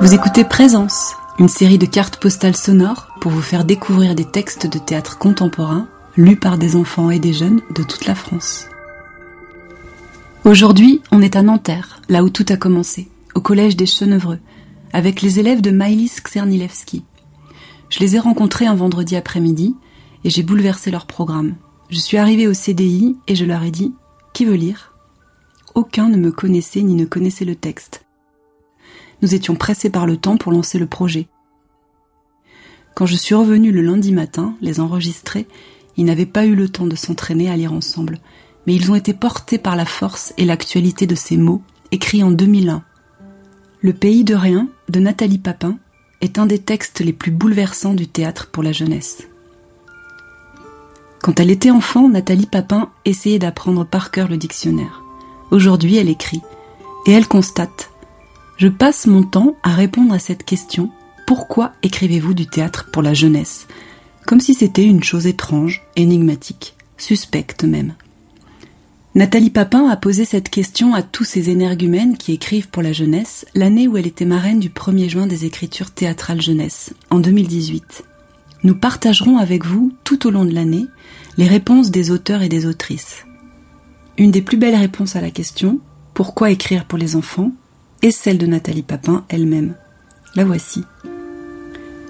Vous écoutez Présence, une série de cartes postales sonores pour vous faire découvrir des textes de théâtre contemporain lus par des enfants et des jeunes de toute la France. Aujourd'hui, on est à Nanterre, là où tout a commencé, au collège des Chenevreux, avec les élèves de Maïlis Czernilewski. Je les ai rencontrés un vendredi après-midi et j'ai bouleversé leur programme. Je suis arrivée au CDI et je leur ai dit Qui veut lire Aucun ne me connaissait ni ne connaissait le texte. Nous étions pressés par le temps pour lancer le projet. Quand je suis revenue le lundi matin, les enregistrer, ils n'avaient pas eu le temps de s'entraîner à lire ensemble, mais ils ont été portés par la force et l'actualité de ces mots, écrits en 2001. Le pays de rien, de Nathalie Papin, est un des textes les plus bouleversants du théâtre pour la jeunesse. Quand elle était enfant, Nathalie Papin essayait d'apprendre par cœur le dictionnaire. Aujourd'hui, elle écrit et elle constate Je passe mon temps à répondre à cette question Pourquoi écrivez-vous du théâtre pour la jeunesse Comme si c'était une chose étrange, énigmatique, suspecte même. Nathalie Papin a posé cette question à tous ces énergumènes qui écrivent pour la jeunesse l'année où elle était marraine du 1er juin des écritures théâtrales jeunesse, en 2018. Nous partagerons avec vous, tout au long de l'année, les réponses des auteurs et des autrices. Une des plus belles réponses à la question Pourquoi écrire pour les enfants est celle de Nathalie Papin elle-même. La voici.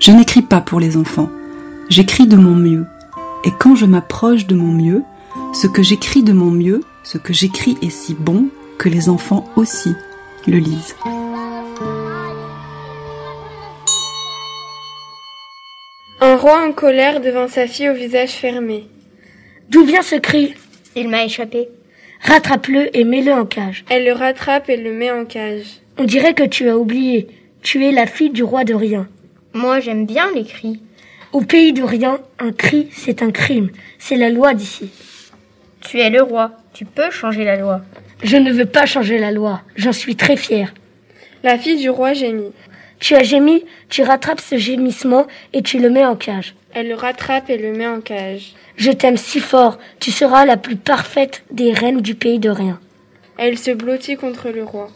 Je n'écris pas pour les enfants, j'écris de mon mieux. Et quand je m'approche de mon mieux, ce que j'écris de mon mieux, ce que j'écris est si bon que les enfants aussi le lisent. Un roi en colère devant sa fille au visage fermé. D'où vient ce cri Il m'a échappé. Rattrape-le et mets-le en cage. Elle le rattrape et le met en cage. On dirait que tu as oublié. Tu es la fille du roi de rien. Moi, j'aime bien les cris. Au pays de rien, un cri, c'est un crime. C'est la loi d'ici. Tu es le roi. Tu peux changer la loi. Je ne veux pas changer la loi. J'en suis très fière. La fille du roi gémit. Tu as gémi, tu rattrapes ce gémissement et tu le mets en cage. Elle le rattrape et le met en cage. Je t'aime si fort, tu seras la plus parfaite des reines du pays de rien. Elle se blottit contre le roi.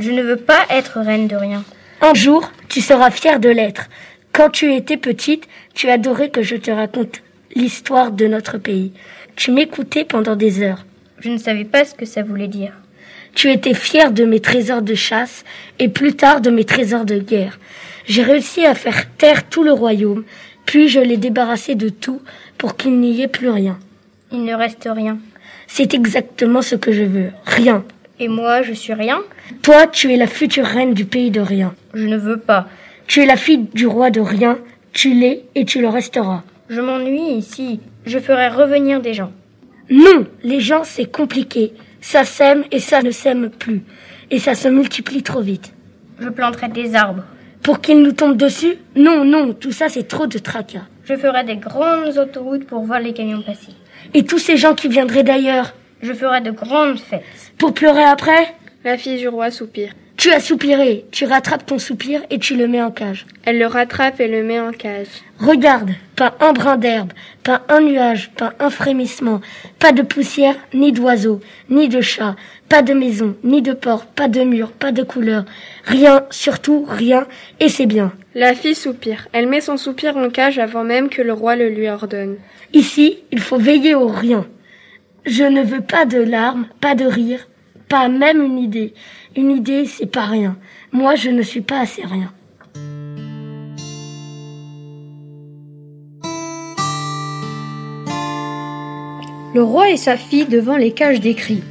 Je ne veux pas être reine de rien. Un jour, tu seras fière de l'être. Quand tu étais petite, tu adorais que je te raconte l'histoire de notre pays. Tu m'écoutais pendant des heures. Je ne savais pas ce que ça voulait dire. Tu étais fier de mes trésors de chasse et plus tard de mes trésors de guerre. J'ai réussi à faire taire tout le royaume, puis je l'ai débarrassé de tout pour qu'il n'y ait plus rien. Il ne reste rien. C'est exactement ce que je veux, rien. Et moi, je suis rien Toi, tu es la future reine du pays de rien. Je ne veux pas. Tu es la fille du roi de rien, tu l'es et tu le resteras. Je m'ennuie ici, je ferai revenir des gens. Non, les gens, c'est compliqué. Ça sème et ça ne sème plus. Et ça se multiplie trop vite. Je planterai des arbres. Pour qu'ils nous tombent dessus Non, non, tout ça c'est trop de tracas. Je ferai des grandes autoroutes pour voir les camions passer. Et tous ces gens qui viendraient d'ailleurs Je ferai de grandes fêtes. Pour pleurer après La fille du roi soupire. Tu as soupiré, tu rattrapes ton soupir et tu le mets en cage. Elle le rattrape et le met en cage. Regarde, pas un brin d'herbe, pas un nuage, pas un frémissement, pas de poussière, ni d'oiseaux, ni de chat, pas de maison, ni de porte, pas de mur, pas de couleur, rien, surtout rien, et c'est bien. La fille soupire. Elle met son soupir en cage avant même que le roi le lui ordonne. Ici, il faut veiller au rien. Je ne veux pas de larmes, pas de rire, pas même une idée. Une idée, c'est pas rien. Moi, je ne suis pas assez rien. Le roi et sa fille devant les cages des cris.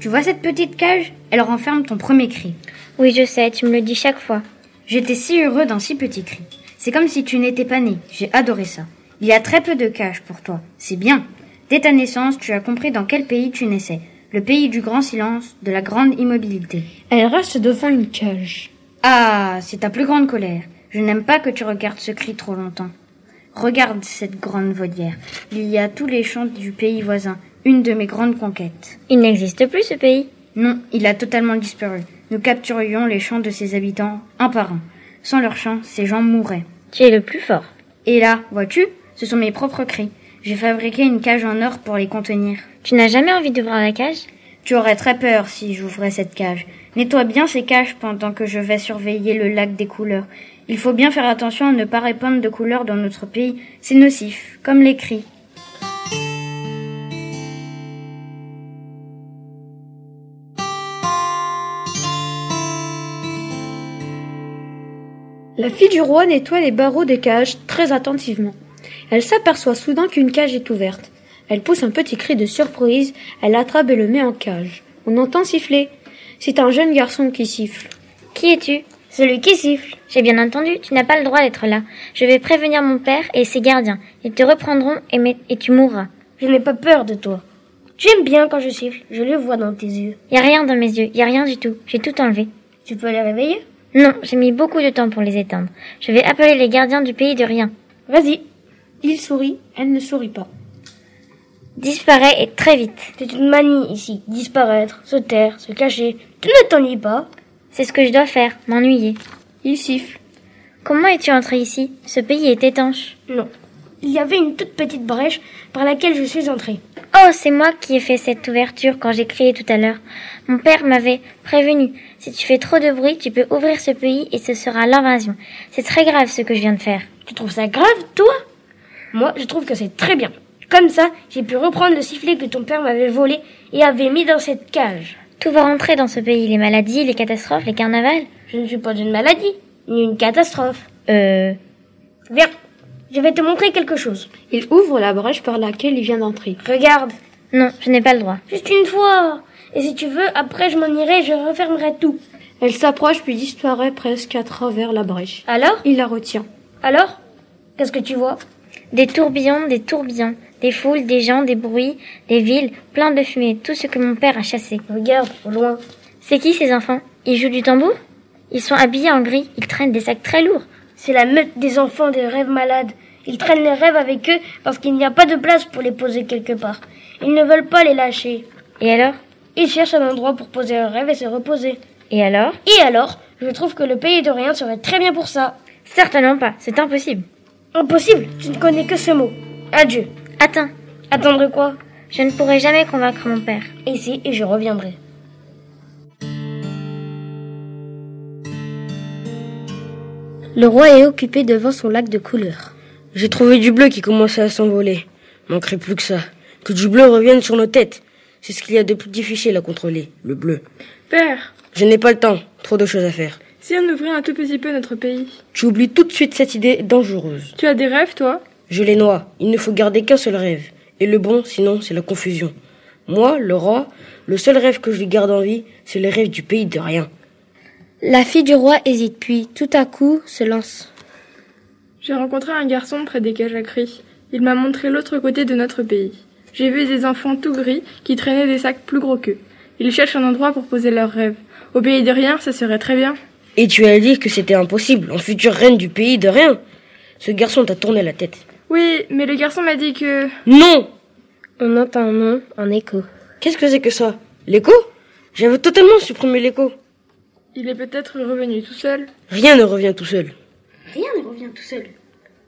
Tu vois cette petite cage Elle renferme ton premier cri. Oui, je sais, tu me le dis chaque fois. J'étais si heureux d'un si petit cri. C'est comme si tu n'étais pas né. J'ai adoré ça. Il y a très peu de cages pour toi. C'est bien. Dès ta naissance, tu as compris dans quel pays tu naissais le pays du grand silence, de la grande immobilité. Elle reste devant une cage. Ah, c'est ta plus grande colère. Je n'aime pas que tu regardes ce cri trop longtemps. Regarde cette grande volière. Il y a tous les champs du pays voisin, une de mes grandes conquêtes. Il n'existe plus ce pays Non, il a totalement disparu. Nous capturions les champs de ses habitants, un par un. Sans leurs champs, ces gens mouraient. Tu es le plus fort. Et là, vois-tu, ce sont mes propres cris. J'ai fabriqué une cage en or pour les contenir. Tu n'as jamais envie d'ouvrir la cage Tu aurais très peur si j'ouvrais cette cage. Nettoie bien ces cages pendant que je vais surveiller le lac des couleurs. Il faut bien faire attention à ne pas répandre de couleurs dans notre pays. C'est nocif, comme les cris. La fille du roi nettoie les barreaux des cages très attentivement. Elle s'aperçoit soudain qu'une cage est ouverte. Elle pousse un petit cri de surprise, elle l'attrape et le met en cage. On entend siffler. C'est un jeune garçon qui siffle. Qui es-tu Celui qui siffle. J'ai bien entendu, tu n'as pas le droit d'être là. Je vais prévenir mon père et ses gardiens. Ils te reprendront et, met- et tu mourras. Je n'ai pas peur de toi. J'aime bien quand je siffle, je le vois dans tes yeux. Y a rien dans mes yeux, y a rien du tout. J'ai tout enlevé. Tu peux les réveiller Non, j'ai mis beaucoup de temps pour les éteindre. Je vais appeler les gardiens du pays de rien. Vas-y. Il sourit, elle ne sourit pas. Disparais et très vite. C'est une manie ici, disparaître, se taire, se cacher. Tu ne t'ennuies pas C'est ce que je dois faire, m'ennuyer. Il siffle. Comment es-tu entré ici Ce pays est étanche. Non. Il y avait une toute petite brèche par laquelle je suis entrée. Oh, c'est moi qui ai fait cette ouverture quand j'ai crié tout à l'heure. Mon père m'avait prévenu. Si tu fais trop de bruit, tu peux ouvrir ce pays et ce sera l'invasion. C'est très grave ce que je viens de faire. Tu trouves ça grave, toi Moi, je trouve que c'est très bien. Comme ça, j'ai pu reprendre le sifflet que ton père m'avait volé et avait mis dans cette cage. Tout va rentrer dans ce pays, les maladies, les catastrophes, les carnavals. Je ne suis pas une maladie, ni une catastrophe. Euh... Viens, je vais te montrer quelque chose. Il ouvre la brèche par laquelle il vient d'entrer. Regarde, Non, je n'ai pas le droit. juste une fois. Et si tu veux, après je m'en irai, je refermerai tout. Elle s'approche puis disparaît presque à travers la brèche. Alors Il la retient. Alors Qu'est-ce que tu vois Des tourbillons, des tourbillons, des foules, des gens, des bruits, des villes, plein de fumée, tout ce que mon père a chassé. Regarde, au loin. C'est qui ces enfants Ils jouent du tambour Ils sont habillés en gris, ils traînent des sacs très lourds. C'est la meute des enfants des rêves malades. Ils traînent les rêves avec eux parce qu'il n'y a pas de place pour les poser quelque part. Ils ne veulent pas les lâcher. Et alors Ils cherchent un endroit pour poser leurs rêves et se reposer. Et alors Et alors, je trouve que le pays de rien serait très bien pour ça. Certainement pas, c'est impossible. Impossible, tu ne connais que ce mot. Adieu. Attends, Attendre quoi je ne pourrai jamais convaincre mon père. Ici et je reviendrai. Le roi est occupé devant son lac de couleurs. J'ai trouvé du bleu qui commençait à s'envoler. Manquerait plus que ça. Que du bleu revienne sur nos têtes. C'est ce qu'il y a de plus difficile à contrôler, le bleu. Père, Je n'ai pas le temps, trop de choses à faire. si on ouvrait un tout petit peu notre pays, Tu oublies tout de suite cette idée dangereuse. tu as des rêves, toi Je les noie, il ne faut garder qu'un seul rêve. Et le bon, sinon, c'est la confusion. Moi, le roi, le seul rêve que je lui garde en vie, c'est le rêve du pays de rien. La fille du roi hésite puis tout à coup se lance. J'ai rencontré un garçon près des cages à cris. Il m'a montré l'autre côté de notre pays. J'ai vu des enfants tout gris qui traînaient des sacs plus gros qu'eux. Ils cherchent un endroit pour poser leurs rêves. Au pays de rien, ça serait très bien. Et tu as dit que c'était impossible, en future reine du pays de rien. Ce garçon t'a tourné la tête. Oui, mais le garçon m'a dit que... Non On entend un nom en écho. Qu'est-ce que c'est que ça L'écho J'avais totalement supprimé l'écho. Il est peut-être revenu tout seul. Rien ne revient tout seul.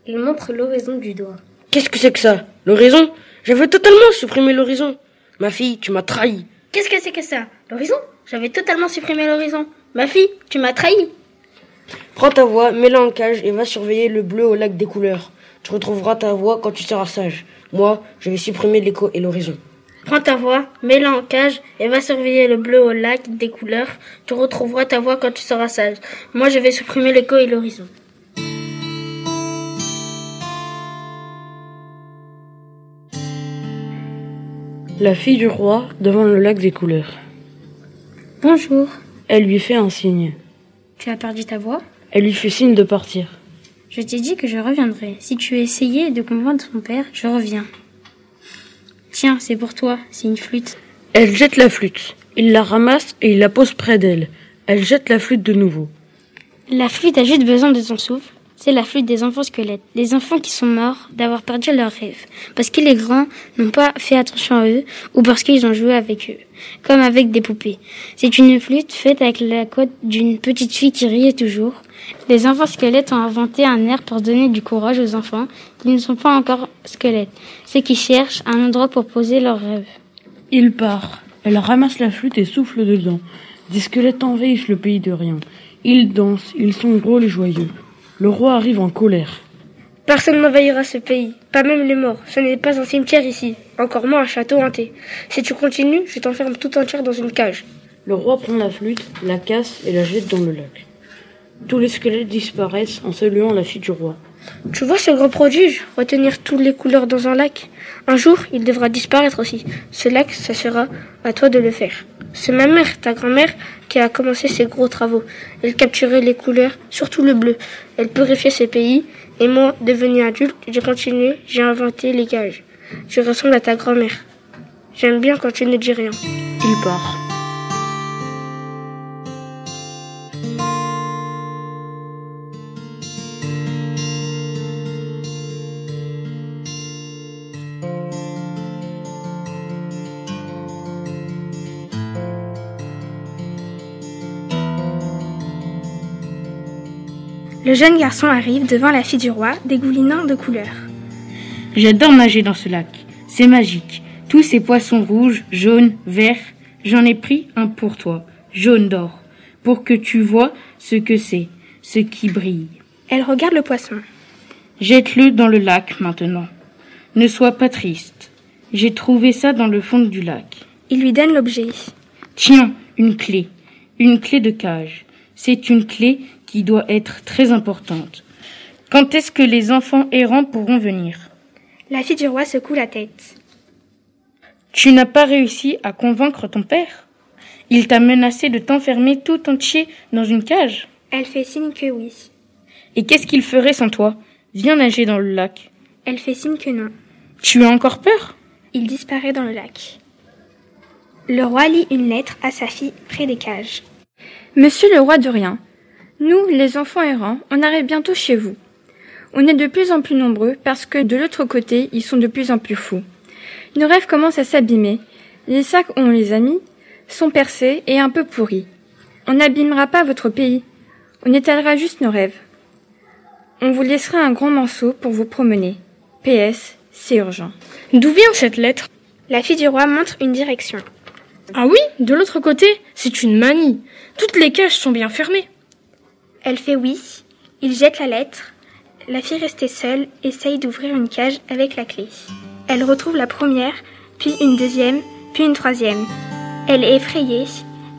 Il montre l'oraison du doigt. Qu'est-ce que c'est que ça L'horizon J'avais totalement supprimé l'horizon. Ma fille, tu m'as trahi. Qu'est-ce que c'est que ça L'horizon J'avais totalement supprimé l'horizon. Ma fille, tu m'as trahi. Prends ta voix, mets-la en cage et va surveiller le bleu au lac des couleurs. Tu retrouveras ta voix quand tu seras sage. Moi, je vais supprimer l'écho et l'horizon. Prends ta voix, mets-la en cage et va surveiller le bleu au lac des couleurs. Tu retrouveras ta voix quand tu seras sage. Moi, je vais supprimer l'écho et l'horizon. La fille du roi devant le lac des couleurs. Bonjour. Elle lui fait un signe. Tu as perdu ta voix Elle lui fait signe de partir. Je t'ai dit que je reviendrai. Si tu essayais de convaincre ton père, je reviens. Tiens, c'est pour toi, c'est une flûte. Elle jette la flûte. Il la ramasse et il la pose près d'elle. Elle jette la flûte de nouveau. La flûte a juste besoin de son souffle. C'est la flûte des enfants squelettes, les enfants qui sont morts d'avoir perdu leurs rêves, parce que les grands n'ont pas fait attention à eux ou parce qu'ils ont joué avec eux, comme avec des poupées. C'est une flûte faite avec la côte d'une petite fille qui riait toujours. Les enfants squelettes ont inventé un air pour donner du courage aux enfants qui ne sont pas encore squelettes, ceux qui cherchent un endroit pour poser leurs rêves. Il part. Elle ramasse la flûte et souffle dedans. Des squelettes envahissent le pays de rien. Ils dansent, ils sont drôles et joyeux. Le roi arrive en colère. Personne n'envahira ce pays, pas même les morts. Ce n'est pas un cimetière ici, encore moins un château hanté. Si tu continues, je t'enferme tout entière dans une cage. Le roi prend la flûte, la casse et la jette dans le lac. Tous les squelettes disparaissent en saluant la fille du roi. Tu vois ce grand prodige, retenir toutes les couleurs dans un lac. Un jour, il devra disparaître aussi. Ce lac, ça sera à toi de le faire. C'est ma mère, ta grand-mère, qui a commencé ces gros travaux. Elle capturait les couleurs, surtout le bleu. Elle purifiait ces pays. Et moi, devenu adulte, j'ai continué, j'ai inventé les gages. Je ressemble à ta grand-mère. J'aime bien quand tu ne dis rien. Il part. Le jeune garçon arrive devant la fille du roi, dégoulinant de couleurs. J'adore nager dans ce lac. C'est magique. Tous ces poissons rouges, jaunes, verts, j'en ai pris un pour toi, jaune d'or, pour que tu vois ce que c'est, ce qui brille. Elle regarde le poisson. Jette-le dans le lac maintenant. Ne sois pas triste. J'ai trouvé ça dans le fond du lac. Il lui donne l'objet. Tiens, une clé. Une clé de cage. C'est une clé qui doit être très importante. Quand est-ce que les enfants errants pourront venir La fille du roi secoue la tête. Tu n'as pas réussi à convaincre ton père Il t'a menacé de t'enfermer tout entier dans une cage Elle fait signe que oui. Et qu'est-ce qu'il ferait sans toi Viens nager dans le lac. Elle fait signe que non. Tu as encore peur Il disparaît dans le lac. Le roi lit une lettre à sa fille près des cages. Monsieur le roi de rien, nous, les enfants errants, on arrive bientôt chez vous. On est de plus en plus nombreux parce que de l'autre côté, ils sont de plus en plus fous. Nos rêves commencent à s'abîmer. Les sacs où on les a mis sont percés et un peu pourris. On n'abîmera pas votre pays. On étalera juste nos rêves. On vous laissera un grand morceau pour vous promener. PS, c'est urgent. D'où vient cette lettre La fille du roi montre une direction. Ah oui, de l'autre côté, c'est une manie. Toutes les cages sont bien fermées. Elle fait oui. Il jette la lettre. La fille restée seule essaye d'ouvrir une cage avec la clé. Elle retrouve la première, puis une deuxième, puis une troisième. Elle est effrayée.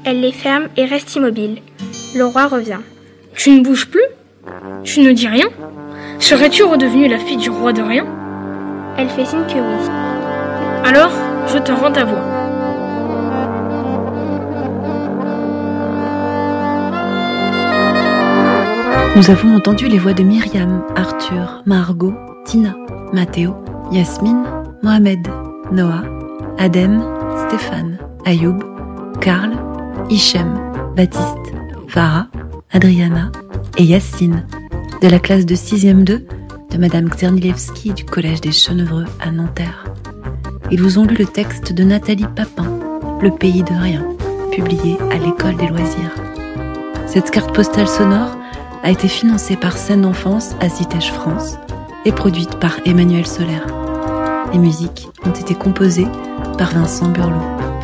Elle les ferme et reste immobile. Le roi revient. Tu ne bouges plus Tu ne dis rien Serais-tu redevenue la fille du roi de rien Elle fait signe que oui. Alors, je te rends ta voix. Nous avons entendu les voix de Myriam, Arthur, Margot, Tina, Mathéo, Yasmine, Mohamed, Noah, Adem, Stéphane, Ayoub, Karl, Hichem, Baptiste, Farah, Adriana et Yacine, de la classe de 6e 2 de Madame Czernilewski du Collège des Chenevreux à Nanterre. Ils vous ont lu le texte de Nathalie Papin, Le pays de rien, publié à l'École des loisirs. Cette carte postale sonore a été financée par Scène d'Enfance à Citège France et produite par Emmanuel Solaire. Les musiques ont été composées par Vincent Burlot.